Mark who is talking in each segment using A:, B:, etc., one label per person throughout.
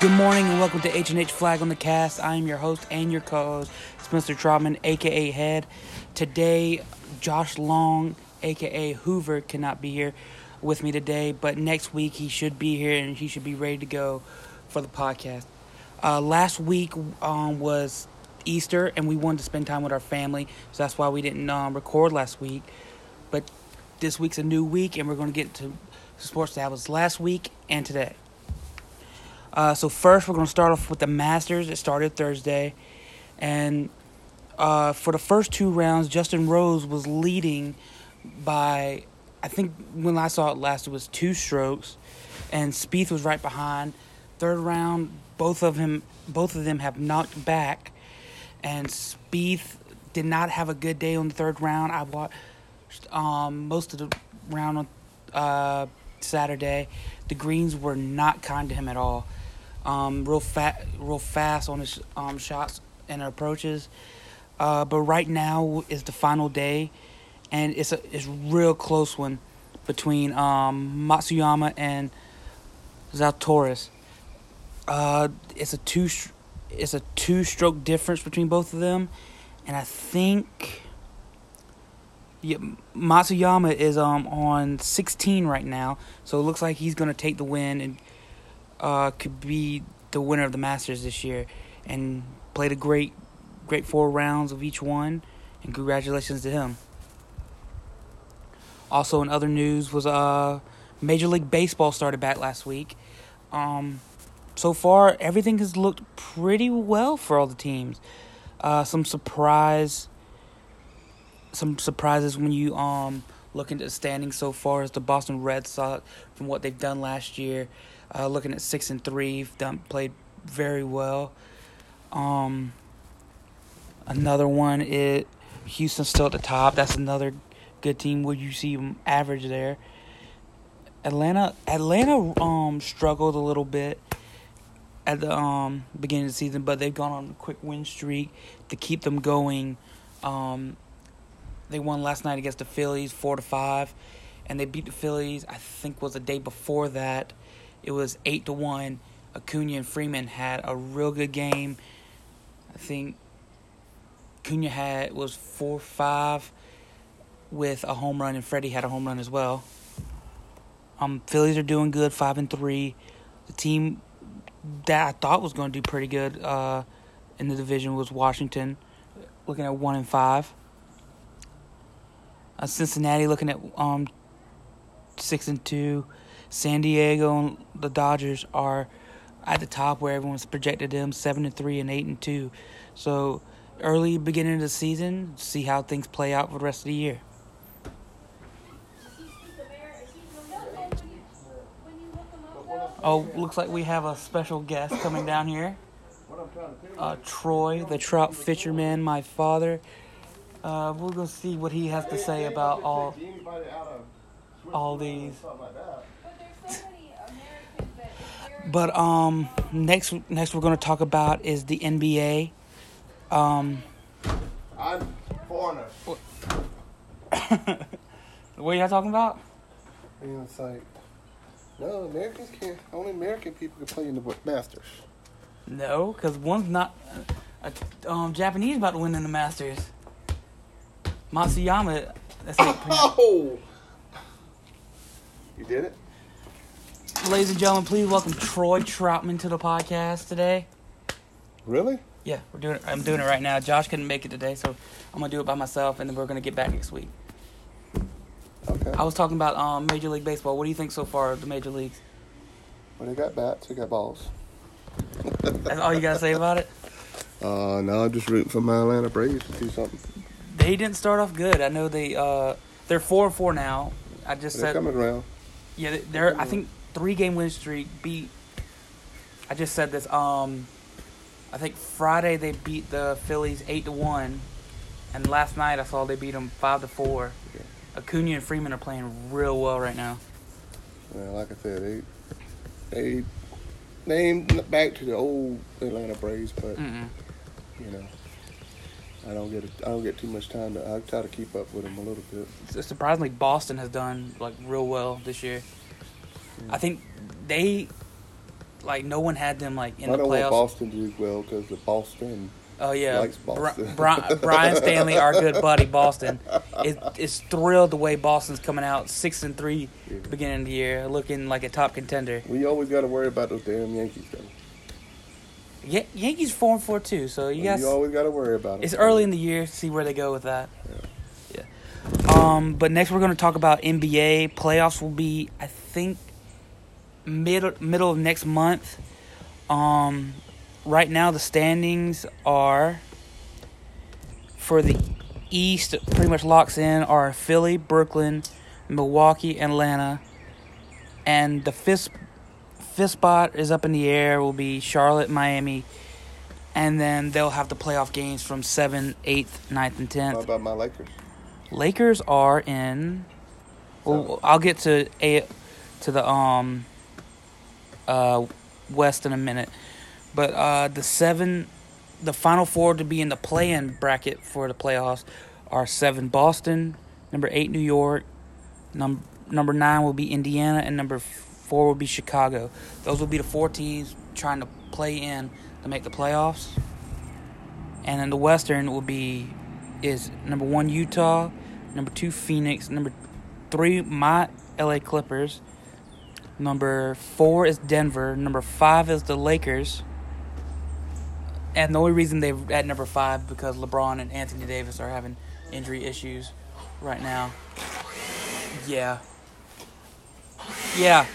A: Good morning and welcome to H&H Flag on the Cast. I am your host and your co-host, Spencer Trotman, aka Head. Today, Josh Long, aka Hoover, cannot be here with me today, but next week he should be here and he should be ready to go for the podcast. Uh, last week um, was Easter and we wanted to spend time with our family, so that's why we didn't um, record last week. But this week's a new week and we're going to get to sports that was last week and today. Uh, so first, we're going to start off with the Masters. It started Thursday, and uh, for the first two rounds, Justin Rose was leading by, I think when I saw it last, it was two strokes, and Spieth was right behind. Third round, both of him, both of them have knocked back, and Spieth did not have a good day on the third round. I watched um, most of the round on uh, Saturday. The greens were not kind to him at all um, real fat, real fast on his um, shots and approaches. Uh, but right now is the final day, and it's a it's a real close one between um, Matsuyama and Zalatoris. Uh, it's a two it's a two stroke difference between both of them, and I think. Yeah, Matsuyama is um on 16 right now, so it looks like he's gonna take the win and uh, could be the winner of the Masters this year and played a great, great four rounds of each one. And congratulations to him. Also, in other news, was uh, Major League Baseball started back last week. Um, so far, everything has looked pretty well for all the teams. Uh, some surprise, some surprises when you um look into the standings so far is the Boston Red Sox from what they've done last year. Uh, looking at six and three, done, played very well. Um, another one is Houston's still at the top. That's another good team. Would you see average there? Atlanta, Atlanta um, struggled a little bit at the um, beginning of the season, but they've gone on a quick win streak to keep them going. Um, they won last night against the Phillies, four to five, and they beat the Phillies. I think was the day before that it was eight to one. Acuna and Freeman had a real good game. I think Acuna had was four five with a home run, and Freddie had a home run as well. Um, Phillies are doing good, five and three. The team that I thought was going to do pretty good uh, in the division was Washington, looking at one and five. Uh, Cincinnati looking at um, six and two. San Diego and the Dodgers are at the top where everyone's projected them seven and three and eight and two. So early beginning of the season, see how things play out for the rest of the year. Oh, looks like we have a special guest coming down here. Uh, Troy, the trout fisherman, my father. Uh, we're gonna see what he has to say about all all these. But um, next next we're going to talk about is the NBA. Um,
B: I'm foreigner.
A: what are y'all talking about?
B: And it's like, no, Americans can't. Only American people can play in the Masters.
A: No, because one's not. A, a, um, Japanese about to win in the Masters. Matsuyama. That's it.
B: Oh, you did it.
A: Ladies and gentlemen, please welcome Troy Troutman to the podcast today.
B: Really?
A: Yeah, we're doing. I'm doing it right now. Josh couldn't make it today, so I'm gonna do it by myself, and then we're gonna get back next week.
B: Okay.
A: I was talking about um, Major League Baseball. What do you think so far of the Major Leagues?
B: When they got bats, they got balls.
A: That's all you gotta say about it.
B: Uh, no, I'm just rooting for my Atlanta Braves to do something.
A: They didn't start off good. I know they. Uh, they're four and four now. I just
B: They're
A: said.
B: coming around.
A: Yeah, they- they're. I think three game win streak beat. I just said this. Um, I think Friday they beat the Phillies eight to one, and last night I saw they beat them five to four. Acuna and Freeman are playing real well right now.
B: Yeah, like I said, they they named back to the old Atlanta Braves, but
A: Mm-mm.
B: you know, I don't get I don't get too much time to. I try to keep up with them a little bit.
A: Su- Surprisingly, Boston has done like real well this year. I think they like no one had them like in
B: I
A: the
B: don't want
A: playoffs.
B: Boston to do well because the Boston.
A: Oh yeah,
B: Likes Boston.
A: Bri- Bri- Brian Stanley, our good buddy Boston, is, is thrilled the way Boston's coming out six and three
B: Yeah.
A: beginning of the year, looking like a top contender.
B: We always got to worry about those damn Yankees though.
A: Yeah, Yankees four and four too, so you guys,
B: You always got to worry about them.
A: it's early in the year. See where they go with that. Yeah. Um, but next we're going to talk about NBA playoffs. Will be I think middle middle of next month. Um, right now the standings are for the East pretty much locks in are Philly, Brooklyn, Milwaukee, Atlanta, and the fifth fifth spot is up in the air. Will be Charlotte, Miami, and then they'll have the playoff games from seventh, eighth, 9th, and
B: How
A: tenth.
B: about my Lakers?
A: Lakers are in. Well, I'll get to a to the um uh West in a minute, but uh the seven, the final four to be in the play-in bracket for the playoffs are seven Boston, number eight New York, num- number nine will be Indiana, and number four will be Chicago. Those will be the four teams trying to play in to make the playoffs. And then the Western will be is number one Utah, number two Phoenix, number three my LA Clippers, number four is Denver, number five is the Lakers. And the only reason they're at number five because LeBron and Anthony Davis are having injury issues right now. Yeah. Yeah.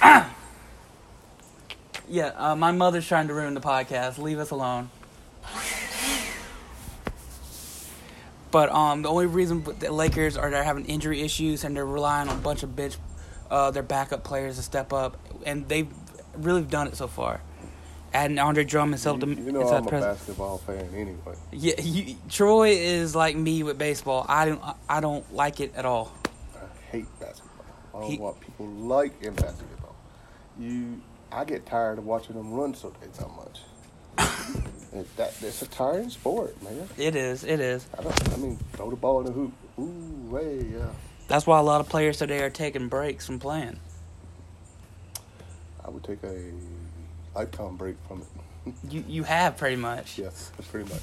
A: yeah, uh, my mother's trying to ruin the podcast. Leave us alone. But um, the only reason that the Lakers are they're having injury issues and they're relying on a bunch of bench, uh, their backup players to step up, and they've really done it so far. Adding Andre Drummond helped
B: You,
A: them.
B: you know
A: inside
B: I'm a
A: presence.
B: basketball fan anyway.
A: Yeah, you, Troy is like me with baseball. I don't, I don't like it at all.
B: I hate basketball. I don't
A: He-
B: know what people like in basketball. You, I get tired of watching them run so so much. It- that it's a tiring sport, man.
A: It is, it is.
B: I don't. I mean, throw the ball in the hoop. Ooh, way, yeah.
A: That's why a lot of players today are taking breaks from playing.
B: I would take a lifetime break from it.
A: You, you have pretty much.
B: Yes, pretty much.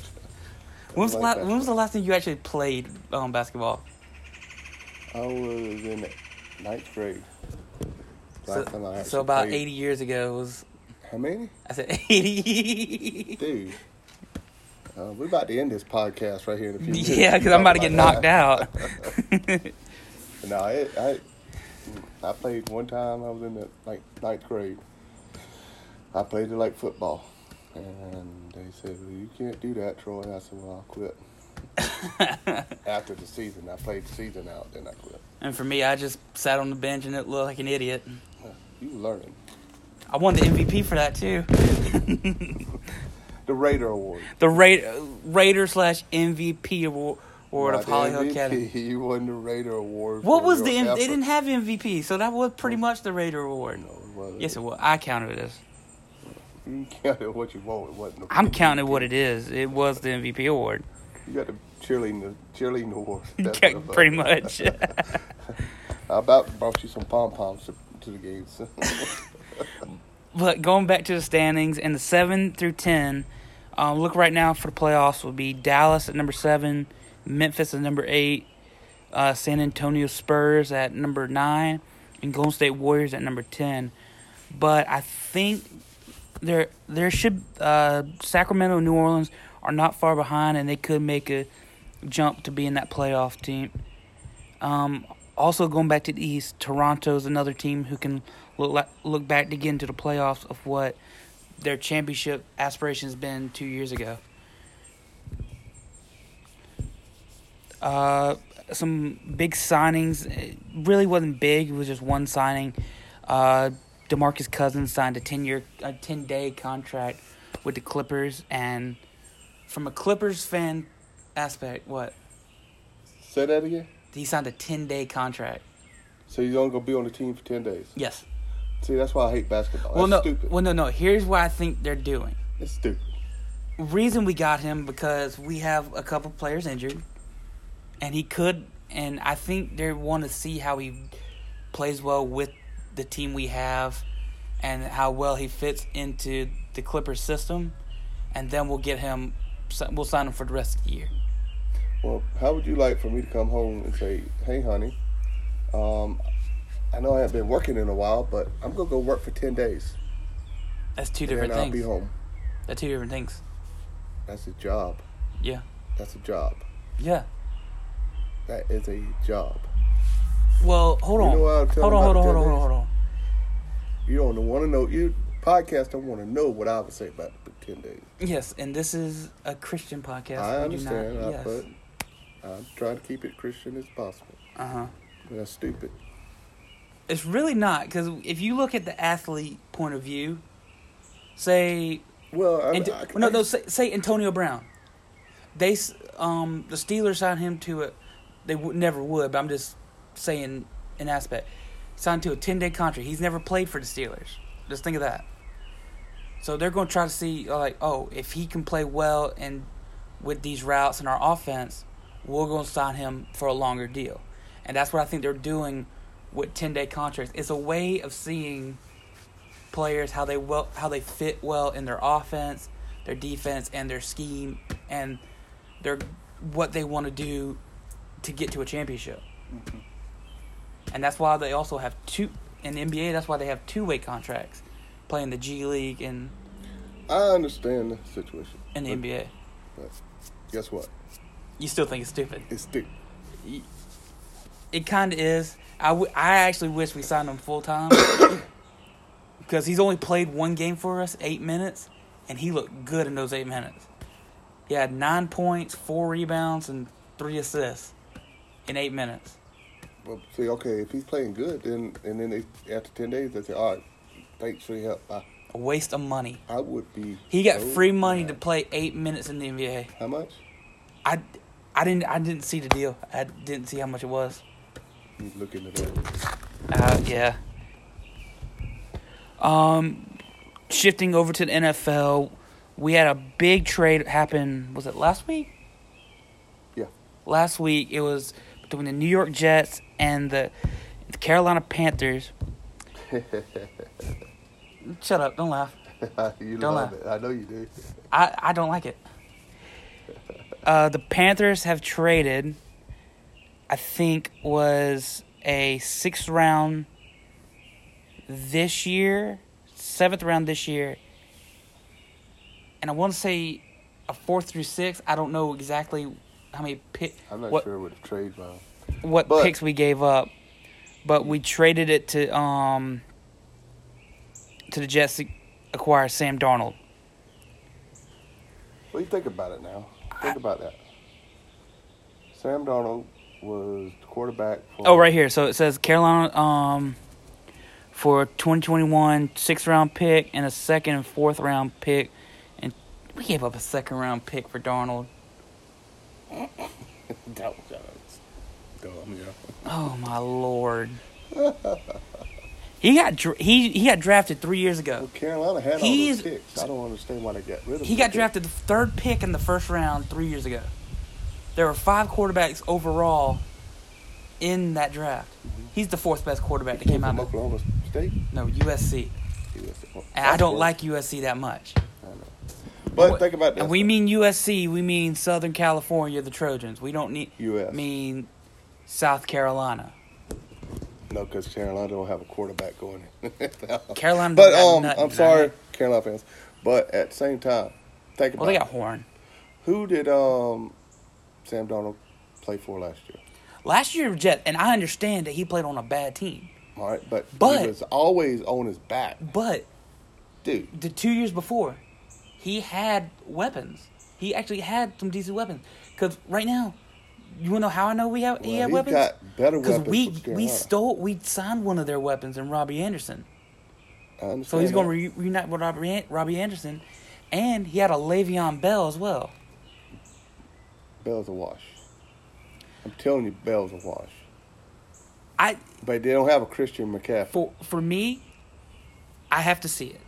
A: When was, the
B: Like
A: la- when was the
B: basketball.
A: last time you actually played um, basketball?
B: I was in ninth grade. Last time
A: So, so
B: I actually
A: about
B: played.
A: eighty years ago was.
B: How many?
A: I said eighty.
B: Dude. Uh, we're about to end this podcast right here in a few minutes.
A: yeah, because I'm about to get knocked out.
B: No, it, I I played one time. I was in the like ninth grade. I played it like football, and they said, "Well, you can't do that, Troy." And I said, "Well, I'll quit." After the season, I played the season out, then I quit.
A: and for me, I just sat on the bench and it looked like an idiot.
B: You learning
A: I won the MVP for that too.
B: the Raider Award?
A: the Ra- Raider slash MVP award
B: Not
A: of Hollywood
B: MVP.
A: Academy.
B: You won the Raider Award.
A: What
B: for
A: was
B: your
A: the M-
B: effort.
A: they didn't have MVP, so that was pretty much the Raider Award.
B: No, it wasn't.
A: Yes, it was. I counted this.
B: You counted what you want. It wasn't. the-
A: I'm counting what it is. It was the MVP award,
B: You got the cheerleading, cheerleading award. That's what it was.
A: pretty much.
B: I about brought you some pom poms to, to the games.
A: but going back to the standings, in the seven through ten, um, look right now for the playoffs would be Dallas at number seven, Memphis at number eight, uh, San Antonio Spurs at number nine, and Golden State Warriors at number ten. But I think there there should uh, Sacramento and New Orleans are not far behind, and they could make a jump to be in that playoff team. Um, also going back to the East, Toronto's another team who can look like, look back to get into the playoffs of what their championship aspirations been two years ago. Uh, some big signings. It really wasn't big. It was just one signing. Uh, Demarcus Cousins signed a ten year, a ten day contract with the Clippers, and from a Clippers fan aspect, what
B: Say that again.
A: he signed a ten day contract.
B: So you're only gonna be on the team for ten days.
A: Yes.
B: See, that's why I hate basketball. Oh, That's
A: well, no.
B: stupid.
A: Well, no, no. Here's what I think they're doing.
B: it's stupid.
A: Reason we got him because we have a couple players injured, and he could. And I think they want to see how he plays well with the team we have, and how well he fits into the Clippers system, and then we'll get him. We'll sign him for the rest of the year.
B: Well, how would you like for me to come home and say, "Hey, honey, um, I know I haven't been working in a while, but I'm gonna go work for ten days,
A: That's two
B: and then
A: different
B: I'll
A: things.
B: be home."
A: That's two different things.
B: That's a job.
A: Yeah,
B: That's a job.
A: yeah.
B: That is a job.
A: Well, hold
B: You
A: on,
B: know what I'm
A: hold
B: telling
A: on, hold
B: about
A: on,
B: the
A: hold on,
B: Clippers?
A: hold on.
B: You don't want to know. You podcast don't want to know what I would say about the ten days.
A: Yes, and this is a Christian podcast.
B: I
A: we do
B: understand.
A: Not,
B: I
A: yes.
B: put. I'm trying to keep it Christian as possible.
A: Uh huh.
B: But that's stupid.
A: It's really not because if you look at the athlete point of view, say
B: Well, I,
A: Ant-
B: I,
A: no,
B: I-
A: no. Say, say Antonio Brown. They s- um the Steelers signed him to a. They would never would, but I'm just saying an aspect. Signed to a ten day contract. He's never played for the Steelers. Just think of that. So they're going to try to see like, oh, if he can play well and with these routes and our offense, we're going to sign him for a longer deal, and that's what I think they're doing with ten day contracts. It's a way of seeing players how they well how they fit well in their offense, their defense, and their scheme, and their what they want to do to get to a championship. And that's why they also have two in the NBA. That's why they have two way contracts, playing the G League and
B: I understand the situation.
A: in the
B: But-
A: NBA.
B: But guess what?
A: You still think it's stupid?
B: It's stupid.
A: It kind of is. I, w- I actually wish we signed him full time because he's only played one game for us, eight minutes, and he looked good in those eight minutes. He had nine points, four rebounds, and three assists in eight minutes.
B: Well, see, okay, if he's playing good, then and then they, after ten days, they say, "All right, thanks for your help." I,
A: A waste of money.
B: I would be.
A: He got
B: so
A: free money to
B: mad.
A: play eight minutes in the NBA.
B: How much?
A: I, I didn't I didn't see the deal. I didn't see how much it was.
B: You look into that.
A: Uh, yeah. Um, shifting over to the NFL, we had a big trade happen. Was it last week?
B: Yeah.
A: Last week it was between the New York Jets and the, the Carolina Panthers. Shut up! Don't laugh.
B: you
A: Don't
B: love
A: laugh.
B: it. I know you do.
A: I, I don't like it. Uh, the Panthers have traded, I think, was a sixth round this year, seventh round this year, and I want to say a fourth through sixth. I don't know exactly how many pick,
B: I'm not
A: what
B: sure what the trade was.
A: what
B: but-
A: picks we gave up, but we traded it to um to the Jets to acquire Sam Darnold.
B: Well, you think about it now. Think about that. Sam Darnold was the quarterback. For,
A: Oh, right here. So it says Carolina um, for 2021 sixth round pick and a second and fourth round pick, and we gave up a second round pick for Darnold.
B: That was dumb, yeah.
A: Oh my lord. he got dr- he he got drafted three years ago.
B: Well, Carolina had
A: He's-
B: all those picks. I don't understand why they got rid of.
A: He
B: them.
A: got drafted the third pick in the first round three years ago. There were five quarterbacks overall in that draft. He's the fourth best quarterback that
B: Mm-hmm. He
A: came
B: from
A: out of
B: Oklahoma State.
A: no USC,
B: He was-
A: and I don't like USC that much.
B: I know. But
A: What-
B: think about this.
A: And we mean USC, we mean Southern California, the Trojans. We don't need
B: U.S.
A: mean South Carolina.
B: No, because Carolina don't have a quarterback going. in.
A: Carolina.
B: but
A: got
B: um,
A: nothing,
B: I'm sorry, Carolina fans. But at the same time, think
A: Well,
B: about
A: they
B: it.
A: got Horn.
B: who did um Sam Donald play for last year.
A: Last year, Jet, and I understand that he played on a bad team,
B: All right, but,
A: But-
B: he was always on his back,
A: but
B: dude.
A: the two years before, he had weapons. He actually had some decent weapons. Because right now, you want to know how I know we have he
B: Well,
A: had
B: he
A: weapons?
B: got better
A: Because
B: weapons.
A: we
B: from
A: we
B: Carolina.
A: stole we signed one of their weapons in Robbie Anderson.
B: I understand
A: So he's
B: that.
A: going to re- reunite with Robbie, An- Robbie Anderson, and he had a Le'Veon Bell as well.
B: Bell's a wash. I'm telling you, Bell's a wash.
A: I
B: But they don't have a Christian McCaffrey.
A: for for me, I have to see it.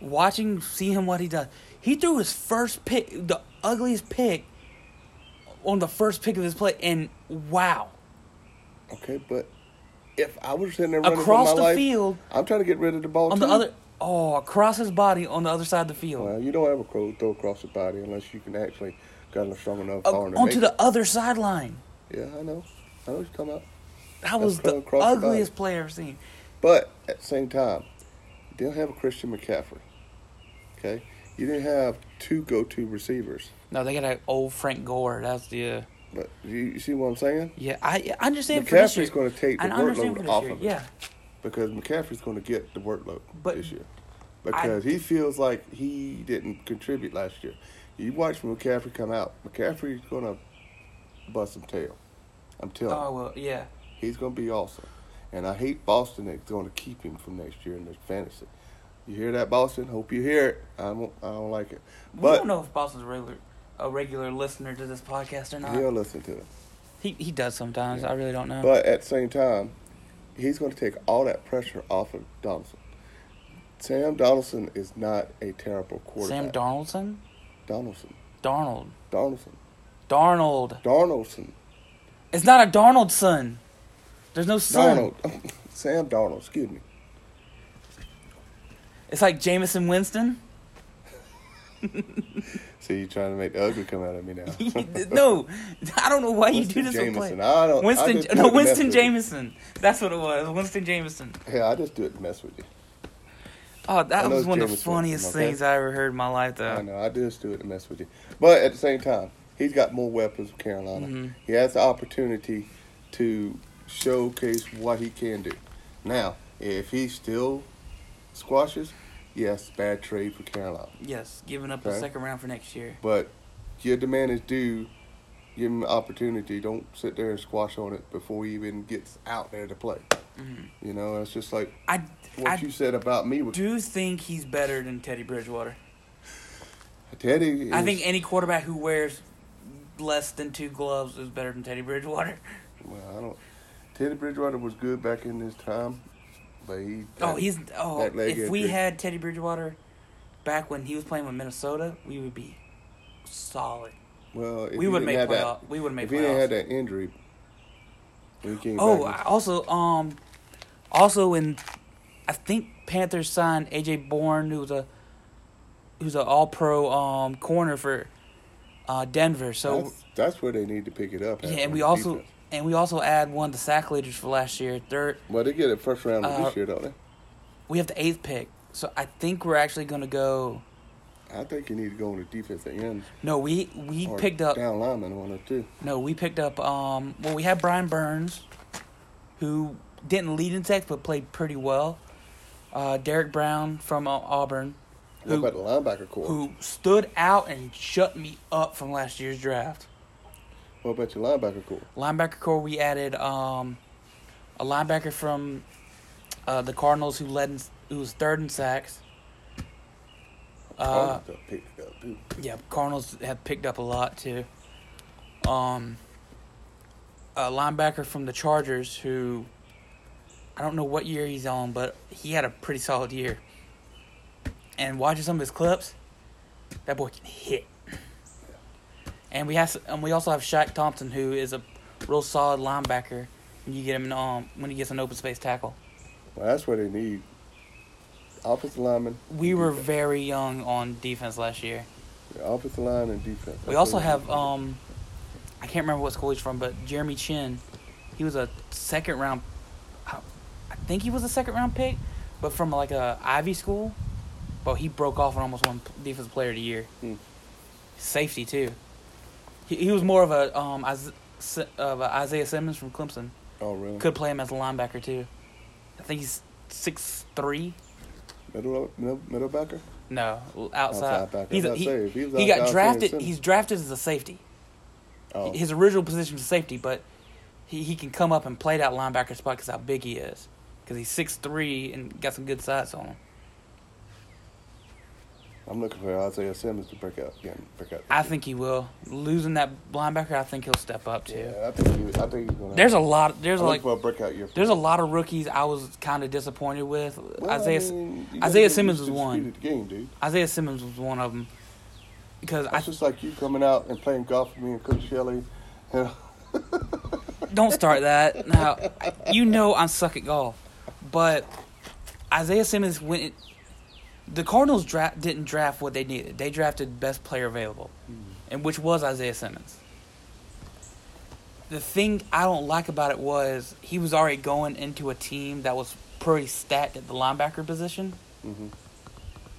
A: Watching, see him what he does. He threw his first pick, the ugliest pick, on the first pick of his play, and wow,
B: Okay, but if I was sitting there running
A: Across
B: for my
A: the
B: life,
A: field.
B: I'm trying to get rid of the ball
A: on
B: too.
A: the other. Oh, across his body on the other side of the field.
B: Well, you don't ever cro- throw across the body unless you can actually got a strong enough
A: Uh,
B: arm to
A: onto
B: make
A: the other sideline.
B: it. Yeah, I know. I know what you're talking about.
A: That was
B: called
A: the
B: across the body.
A: ugliest player I've seen.
B: But at the same time, you didn't have a Christian McCaffrey. Okay, you didn't have two go-to receivers.
A: No, they got an old Frank Gore. That's the
B: But you, you see what I'm saying?
A: yeah. I, I understand. for this
B: McCaffrey's
A: year.
B: going to take the
A: I understand for
B: workload
A: this
B: off
A: year.
B: of it
A: Yeah,
B: because McCaffrey's going to get the workload
A: But
B: this year because he feels like he didn't contribute last year. You watch McCaffrey come out. McCaffrey's going to bust some tail. I'm telling.
A: Oh
B: you.
A: well, yeah.
B: He's going to be awesome. And I hate Boston that's going to keep him from next year in the fantasy. You hear that, Boston? Hope you hear it. I don't, I don't like it.
A: we
B: But
A: don't know if Boston's a regular, a regular listener to this podcast or not.
B: he'll listen to it.
A: He he does sometimes. I really don't know.
B: But at the same time, he's going to take all that pressure off of Donaldson. Sam Donaldson is not a terrible quarterback.
A: Sam Donaldson,
B: Donaldson.
A: Darnold,
B: Donaldson.
A: Darnold.
B: Donaldson.
A: It's not a Darnoldson. There's no son.
B: Donald. Sam Donald. Excuse me.
A: It's like Jameson Winston.
B: See, you're trying to make the ugly come out of me now.
A: no, I don't know why you do
B: Winston
A: this.
B: Jameson.
A: Jameson.
B: I don't. I
A: Winston,
B: just do
A: no,
B: it to mess
A: Winston
B: with you.
A: Jameson. That's what it was. Winston Jameson.
B: Yeah, I just do it to mess with you.
A: Oh, that
B: I know
A: was
B: it's
A: one of the
B: Jameson,
A: funniest
B: okay?
A: things I ever heard in my life,
B: I
A: though.
B: know. I just do it to mess with you. But at the same time, he's got more weapons with Carolina.
A: Mm-hmm.
B: He has the opportunity to showcase what he can do. Now, if he still squashes, yes, bad trade for Carolina.
A: Yes, giving up the
B: Okay.
A: second round for next year.
B: But your demand is due. Give him an opportunity. Don't sit there and squash on it before he even gets out there to play. You know, it's just like
A: I,
B: what
A: I
B: you said about me with
A: Mm-hmm. do think he's better than Teddy Bridgewater.
B: Teddy.
A: I
B: is-
A: think any quarterback who wears less than two gloves is better than Teddy Bridgewater.
B: Well, I don't. Teddy Bridgewater was good back in his time, but he.
A: Oh, he's oh.
B: that leg
A: If we
B: injury.
A: had Teddy Bridgewater back when he was playing with Minnesota, we would be solid.
B: Well, if
A: we
B: he
A: would
B: didn't
A: make
B: have
A: playoff.
B: That,
A: we would make
B: if he didn't
A: playoffs.
B: have that injury, he came
A: Oh,
B: back.
A: I also um, also when I think Panthers signed AJ Bourne, who was a who's an All Pro um corner for uh Denver. So
B: that's, that's where they need to pick it up. at,
A: yeah, and
B: on
A: we
B: the
A: also
B: defense.
A: and we also add one of the sack leaders for last year. Third,
B: Well, they get a first round
A: Uh,
B: this year, don't they?
A: we have the eighth pick, so I think we're actually gonna go.
B: I think you need to go on the defensive end.
A: No, we we
B: or
A: picked up
B: down lineman on it too.
A: No, we picked up. Um, well, we had Brian Burns, who didn't lead in sacks but played pretty well. Uh, Derek Brown from uh, Auburn,
B: What
A: who
B: about the linebacker core?
A: who stood out and shut me up from last year's draft.
B: What about your linebacker core?
A: Linebacker core, we added um, a linebacker from uh, the Cardinals who led in, who was third in sacks. Uh,
B: Cardinals done picked it up too.
A: Yeah, Cardinals have picked up a lot too. Um, a linebacker from the Chargers who I don't know what year he's on, but he had a pretty solid year. And watching some of his clips, that boy can hit. And we have and we also have Shaq Thompson, who is a real solid linebacker. When you get him, in, um, when he gets an open space tackle,
B: Well, that's where they need offensive lineman.
A: we were very young on defense last year.
B: Offensive line and defense.
A: We also have um, I can't remember what school he's from, but Jeremy Chin, he was a second round, I I think he was a second round pick, but from like a Ivy school, but he broke off and almost won defensive player of the year.
B: Hmm.
A: Safety too. He he was more of a um Isa- Si- of a Isaiah Simmons from Clemson.
B: Oh, really?
A: Could play him as a linebacker too. I think he's six three.
B: Middle, middle, middle backer?
A: No, outside.
B: Outside backer.
A: He's a,
B: I'd
A: he,
B: say if he was
A: he got
B: outside,
A: drafted.
B: Simmons.
A: He's drafted as a safety.
B: Oh.
A: His original position was safety, but he, he can come up and play that linebacker spot because how big he is. Because he's six three and got some good size on him.
B: I'm looking for Isaiah Simmons to break out again. Break out.
A: I think he will. Losing that linebacker, I think he'll step up too.
B: Yeah, I think he, I think he's gonna.
A: There's a lot.
B: I'm
A: There's like
B: looking for a breakout year. for
A: there's a
B: him.
A: lot of rookies I was kind of disappointed with.
B: Well, I
A: Isaiah
B: mean, you gotta
A: Isaiah
B: get
A: Simmons was
B: used to the speed
A: one.
B: of the game, dude.
A: Isaiah Simmons was one of them. Because I
B: That's just like you coming out and playing golf with me and Coach Shelley. You know?
A: don't start that. Now, you know I suck at golf, but Isaiah Simmons went. The Cardinals draft didn't draft what they needed. They drafted best player available, and which was Isaiah Simmons. The thing I don't like about it was he was already going into a team that was pretty stacked at the linebacker position.
B: Mhm.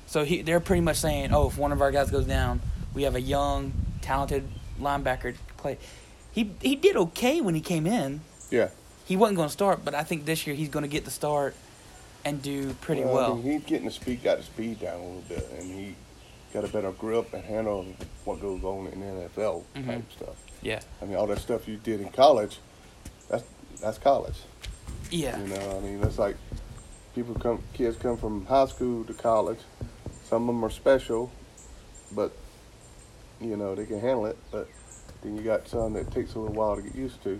A: So he, they're pretty much saying, oh, if one of our guys goes down, we have a young, talented linebacker to play. He he did okay when he came in.
B: Yeah.
A: He wasn't going to start, but I think this year he's going to get the start and do pretty well.
B: I mean, he's getting the speed, got the speed down a little bit, and he got a better grip and handle of what goes on in the NFL type
A: Mm-hmm.
B: stuff.
A: yeah,
B: I mean, all that stuff you did in college, that's that's college.
A: yeah,
B: You know, I mean, it's like people come, kids come from high school to college. Some of them are special, but you know they can handle it. But then you got some that takes a little while to get used to.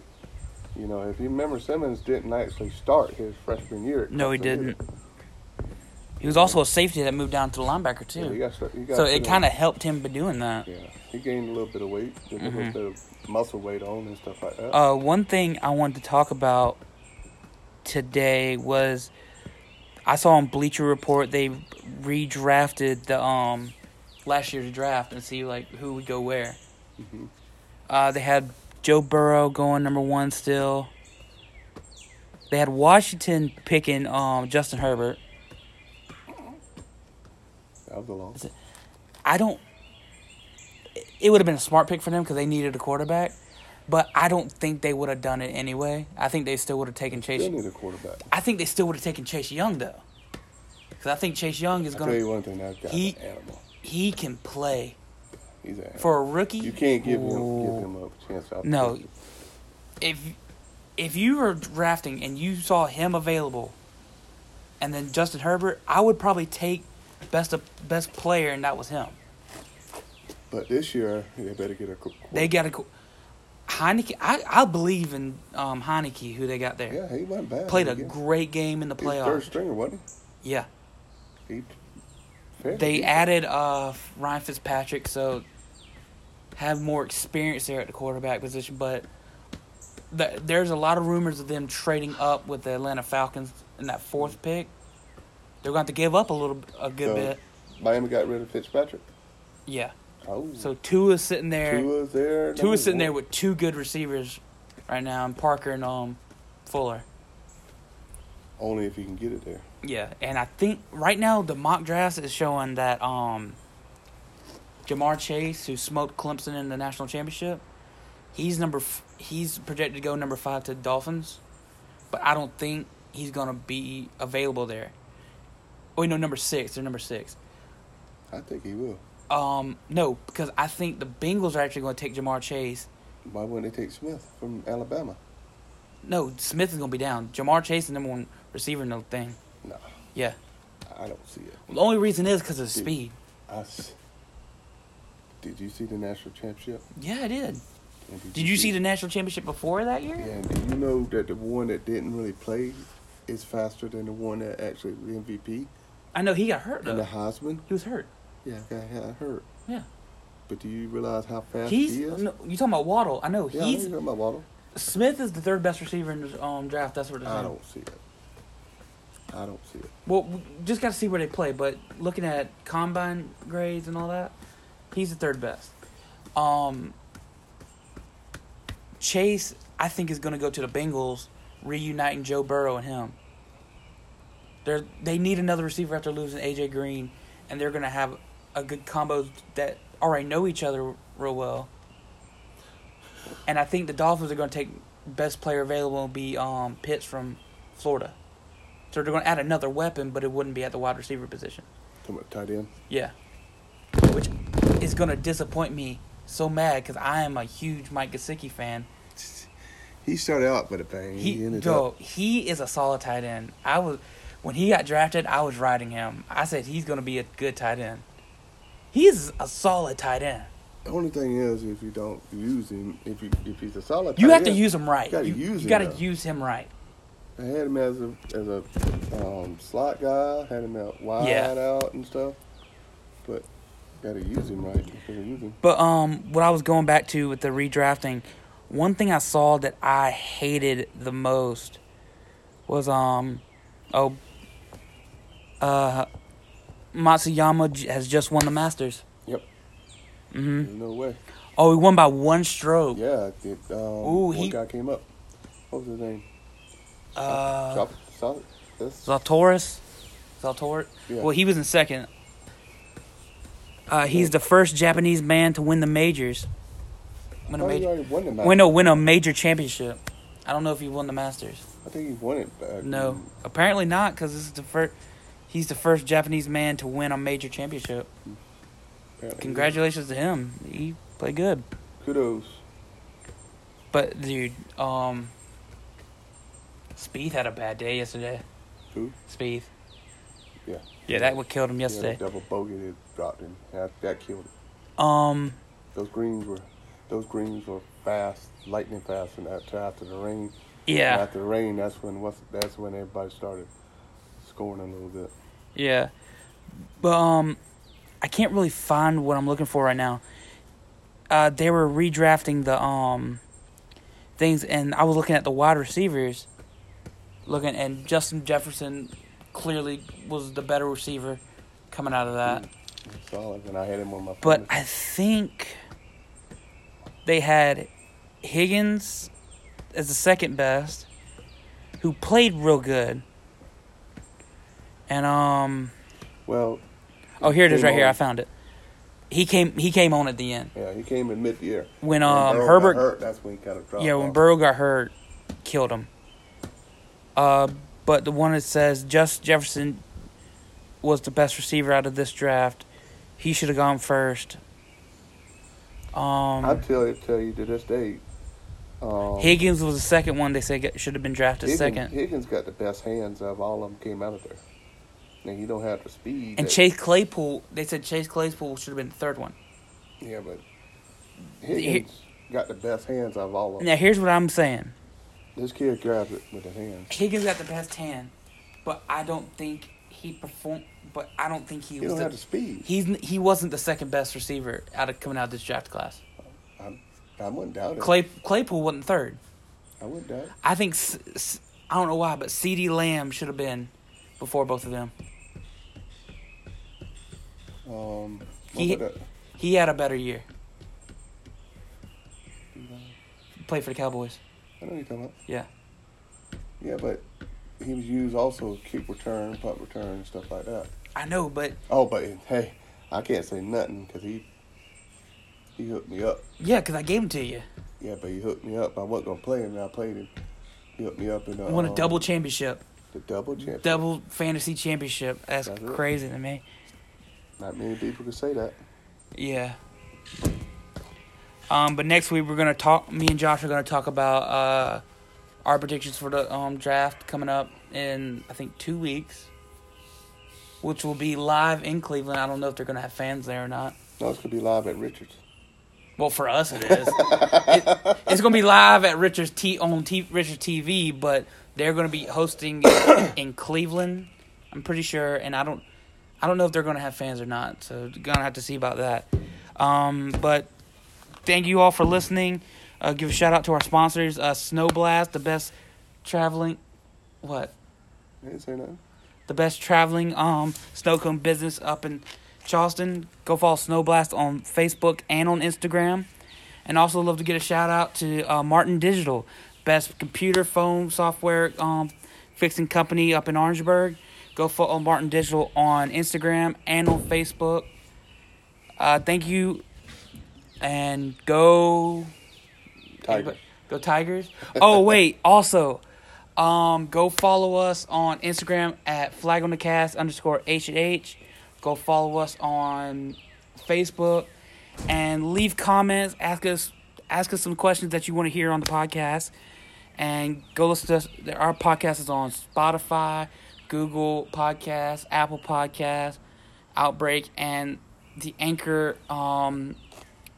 B: You know, if you remember, Simmons didn't actually start his freshman year. at
A: No, he
B: Clemson either.
A: didn't. He was also a safety that moved down to the linebacker too.
B: Yeah, he got, stu- he got
A: so
B: to
A: it
B: the-
A: kind of helped him by doing that.
B: Yeah, he gained a little bit of weight, did a little bit of muscle weight on and stuff like that.
A: Mm-hmm. Uh, one thing I wanted to talk about today was I saw on Bleacher Report they redrafted the um last year's draft and see like who would go where.
B: Mhm.
A: Uh, they had Joe Burrow going number one still. They had Washington picking um Justin Herbert.
B: that was a long.
A: I don't. It would have been a smart pick for them because they needed a quarterback, but I don't think they would have done it anyway. I think they still would have taken Chase.
B: Still need a quarterback.
A: I think they still would have taken Chase Young though, because I think Chase Young is
B: I tell
A: gonna
B: you one thing, that guy's
A: He-
B: an animal.
A: he can play
B: He's an animal.
A: for a rookie.
B: you can't give him give
A: Ooh.
B: him a chance. out
A: No,
B: there.
A: if if you were drafting and you saw him available, and then Justin Herbert, I would probably take best of, best player, and that was him.
B: But this year they better get a. qu-
A: They got a co- Heineke. I, I believe in um, Heineke, who they got there.
B: yeah, he wasn't bad.
A: Played a
B: He was
A: great game in the
B: Third
A: playoffs.
B: stringer, wasn't
A: Yeah,
B: he? He fairly
A: they
B: decent.
A: added uh, Ryan Fitzpatrick, so have more experience there at the quarterback position. But th- there's a lot of rumors of them trading up with the Atlanta Falcons in that fourth pick. They're going to have to give up a little, a good
B: So,
A: bit.
B: Miami got rid of Fitzpatrick.
A: Yeah.
B: Oh,
A: So Tua's sitting there. Tua's,
B: Tua's there.
A: sitting there with two good receivers right now, and Parker and um Fuller.
B: only if he can get it there.
A: Yeah, and I think right now the mock draft is showing that um, Jamar Chase, who smoked Clemson in the national championship, he's number f- he's projected to go number five to the Dolphins, but I don't think he's gonna be available there. Oh no, number six. They're number six.
B: I think he will.
A: Um, no, because I think the Bengals are actually gonna take Jamar Chase.
B: Why wouldn't they take Smith from Alabama?
A: No, Smith is gonna be down. Jamar Chase is the number one receiver in the thing.
B: No,
A: Yeah,
B: I don't see it.
A: the only reason is because of speed.
B: Us. Did you see the national championship?
A: Yeah, I did.
B: And
A: Did you see the national championship before that year?
B: Yeah, and do you know that the one that didn't really play is faster than the one that actually was MVP
A: I know he got hurt
B: and the
A: though.
B: Heisman?
A: He was hurt.
B: Yeah, got got hurt.
A: Yeah.
B: But do you realize how fast
A: He's
B: he is?
A: no, you talking about Waddle? I know
B: yeah, I know
A: he's
B: you're talking about Waddle.
A: Smith is the third best receiver in the um, draft. That's what it's
B: I
A: saying.
B: don't see it. I don't see it.
A: Well, we just got to see where they play. But looking at combine grades and all that, he's the third best. Um, Chase, I think, is going to go to the Bengals, reuniting Joe Burrow and him. They're, they need another receiver after losing AJ Green, and they're going to have a good combo that already know each other real well. And I think the Dolphins are going to take best player available and be um, Pitts from Florida. So they're going to add another weapon, but it wouldn't be at the wide receiver position.
B: Talking about tight end.
A: Yeah. Which is going to disappoint me so mad because I am a huge Mike Gesicki fan.
B: He started out with a bang. He,
A: He,
B: ended
A: yo,
B: up.
A: he is a solid tight end. I was when he got drafted, I was riding him. I said he's going to be a good tight end. He's a solid tight end.
B: The only thing is, if you don't use him, if you if he's a solid,
A: You
B: tight
A: have to
B: end,
A: use him right.
B: Oh, You gotta
A: You,
B: use
A: you
B: him,
A: got
B: though.
A: to use him right.
B: I had him as a as a um, slot guy. Had him out wide
A: Yeah.
B: out and stuff. But gotta use him right. You gotta use him.
A: But um, what I was going back to with the redrafting One thing I saw that I hated the most was um oh uh Matsuyama j- has just won the Masters.
B: Yep.
A: hmm
B: There's no way.
A: Oh, he won by one stroke.
B: Yeah, it, um,
A: Ooh,
B: one
A: he-
B: guy came up. What was his name?
A: Uh,
B: Chop, Chop- that's-
A: Zalatoris. Zaltor.
B: Yeah.
A: Well, he was in second. Uh, he's the first Japanese man to win the majors. Win a
B: I thought he
A: major.
B: already won the
A: Win
B: match.
A: a win a major championship. I don't know if he won the Masters.
B: I think he won it back.
A: No, apparently not, because this is the first. He's the first Japanese man to win a major championship.
B: apparently.
A: Congratulations to him. He played good.
B: Kudos.
A: But dude, um, Spieth had a bad day yesterday.
B: Who?
A: Spieth.
B: Yeah.
A: Yeah, that what killed him
B: He had a
A: yesterday.
B: double bogey that dropped him. That, that killed him.
A: Um,
B: Those greens were, those greens were fast, lightning fast, and after after the rain, and
A: yeah,
B: after the rain, that's when what's, that's when everybody started scoring a little bit.
A: yeah. But um, I can't really find what I'm looking for right now. Uh, they were redrafting the um things, and I was looking at the wide receivers, looking, and Justin Jefferson clearly was the better receiver coming out of that.
B: That's all. And I had him on my.
A: But
B: fantasy.
A: I think they had Higgins as the second best, who played real good. And um
B: well,
A: oh here it is
B: Came
A: right here,
B: on.
A: I found it. He came he came on at the end.
B: yeah, he came in mid-year.
A: When
B: When
A: um
B: Burrow got
A: Herbert
B: hurt, that's when he kind of dropped.
A: Yeah, when
B: off.
A: Burrow got hurt, killed him. Uh but the one that says Just Jefferson was the best receiver out of this draft. He should have gone first. Um
B: I tell you, tell you to this day, um,
A: Higgins was the second one they said get- should have been drafted
B: Higgins,
A: second.
B: Higgins got the best hands of all of them came out of there. Now he don't have the speed.
A: And
B: that-
A: Chase Claypool, they said Chase Claypool should have been the third one.
B: Yeah, but Higgins got the best hands out of all of them.
A: Now, here's what I'm saying
B: This kid grabs it with the hands.
A: Higgins got the best hand, but I don't think he performed. But I don't think he
B: He
A: was.
B: don't
A: The,
B: have the speed.
A: he's n- he wasn't the second best receiver out of coming out of this draft class.
B: I'm, I wouldn't doubt it.
A: Clay Claypool wasn't third.
B: I wouldn't doubt it.
A: I think S- S- I don't know why, but C.D. Lamb should have been before both of them.
B: Um,
A: He-
B: what about
A: He had a better year.
B: that?
A: Played for the Cowboys.
B: I know what you're talking about.
A: Yeah.
B: Yeah, but he was used also kick return, punt return, and stuff like that.
A: I know, but
B: Oh, but hey, I can't say nothing because he he hooked me up.
A: yeah, because I gave him to you.
B: Yeah, but he hooked me up. I wasn't gonna play him, and I played him. He hooked me up and uh,
A: Won a double championship.
B: the double champ.
A: double fantasy championship. That's
B: That's it.
A: crazy to me.
B: Not many people could say that.
A: Yeah. Um, but next week we're gonna talk. Me and Josh are gonna talk about uh, our predictions for the um, draft coming up in I think two weeks, which will be live in Cleveland. I don't know if they're gonna have fans there or not.
B: No, it's gonna be live at Richards.
A: Well, for us it is. it, it's gonna be live at Richard's T on T, Richard's TV, but they're gonna be hosting it in Cleveland. I'm pretty sure, and I don't, I don't know if they're gonna have fans or not. So gonna have to see about that. Um, but thank you all for listening. Uh, give a shout out to our sponsors, uh, Snow Blast, the best traveling, what
B: I didn't say nothing.
A: the best traveling um snow cone business up in Charleston. Go follow Snowblast on Facebook and on Instagram. And also love to get a shout out to uh, Martin Digital, best computer phone software um fixing company up in Orangeburg. Go follow Martin Digital on Instagram and on Facebook. Uh, thank you, and go
B: Tiger.
A: Go Tigers. Oh wait, also, um, go follow us on Instagram at flag on the cast underscore h and h. Go follow us on Facebook and leave comments. Ask us ask us some questions that you want to hear on the podcast. And go listen to us. Our podcast is on Spotify, Google Podcasts, Apple Podcasts, Outbreak, and the Anchor um,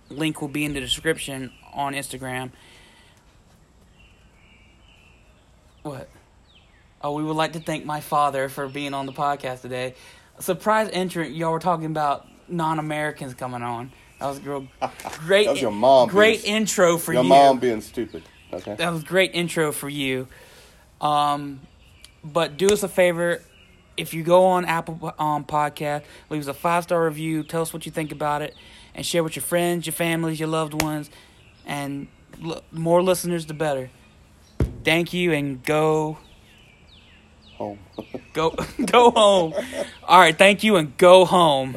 A: link will be in the description on Instagram. What? Oh, we would like to thank my father for being on the podcast today. Surprise entrant, y'all were talking about non Americans coming on. That was real great.
B: That was your mom
A: Great
B: being-
A: intro for
B: Your
A: you.
B: mom being stupid. Okay.
A: That was great intro for you. Um, but do us a favor. If you go on Apple um, Podcast, leave us a five star review. Tell us what you think about it, and share with your friends, your families, your loved ones, and l- more listeners, the better. Thank you, and go,
B: Home.
A: go, go home. All right, thank you, and go home.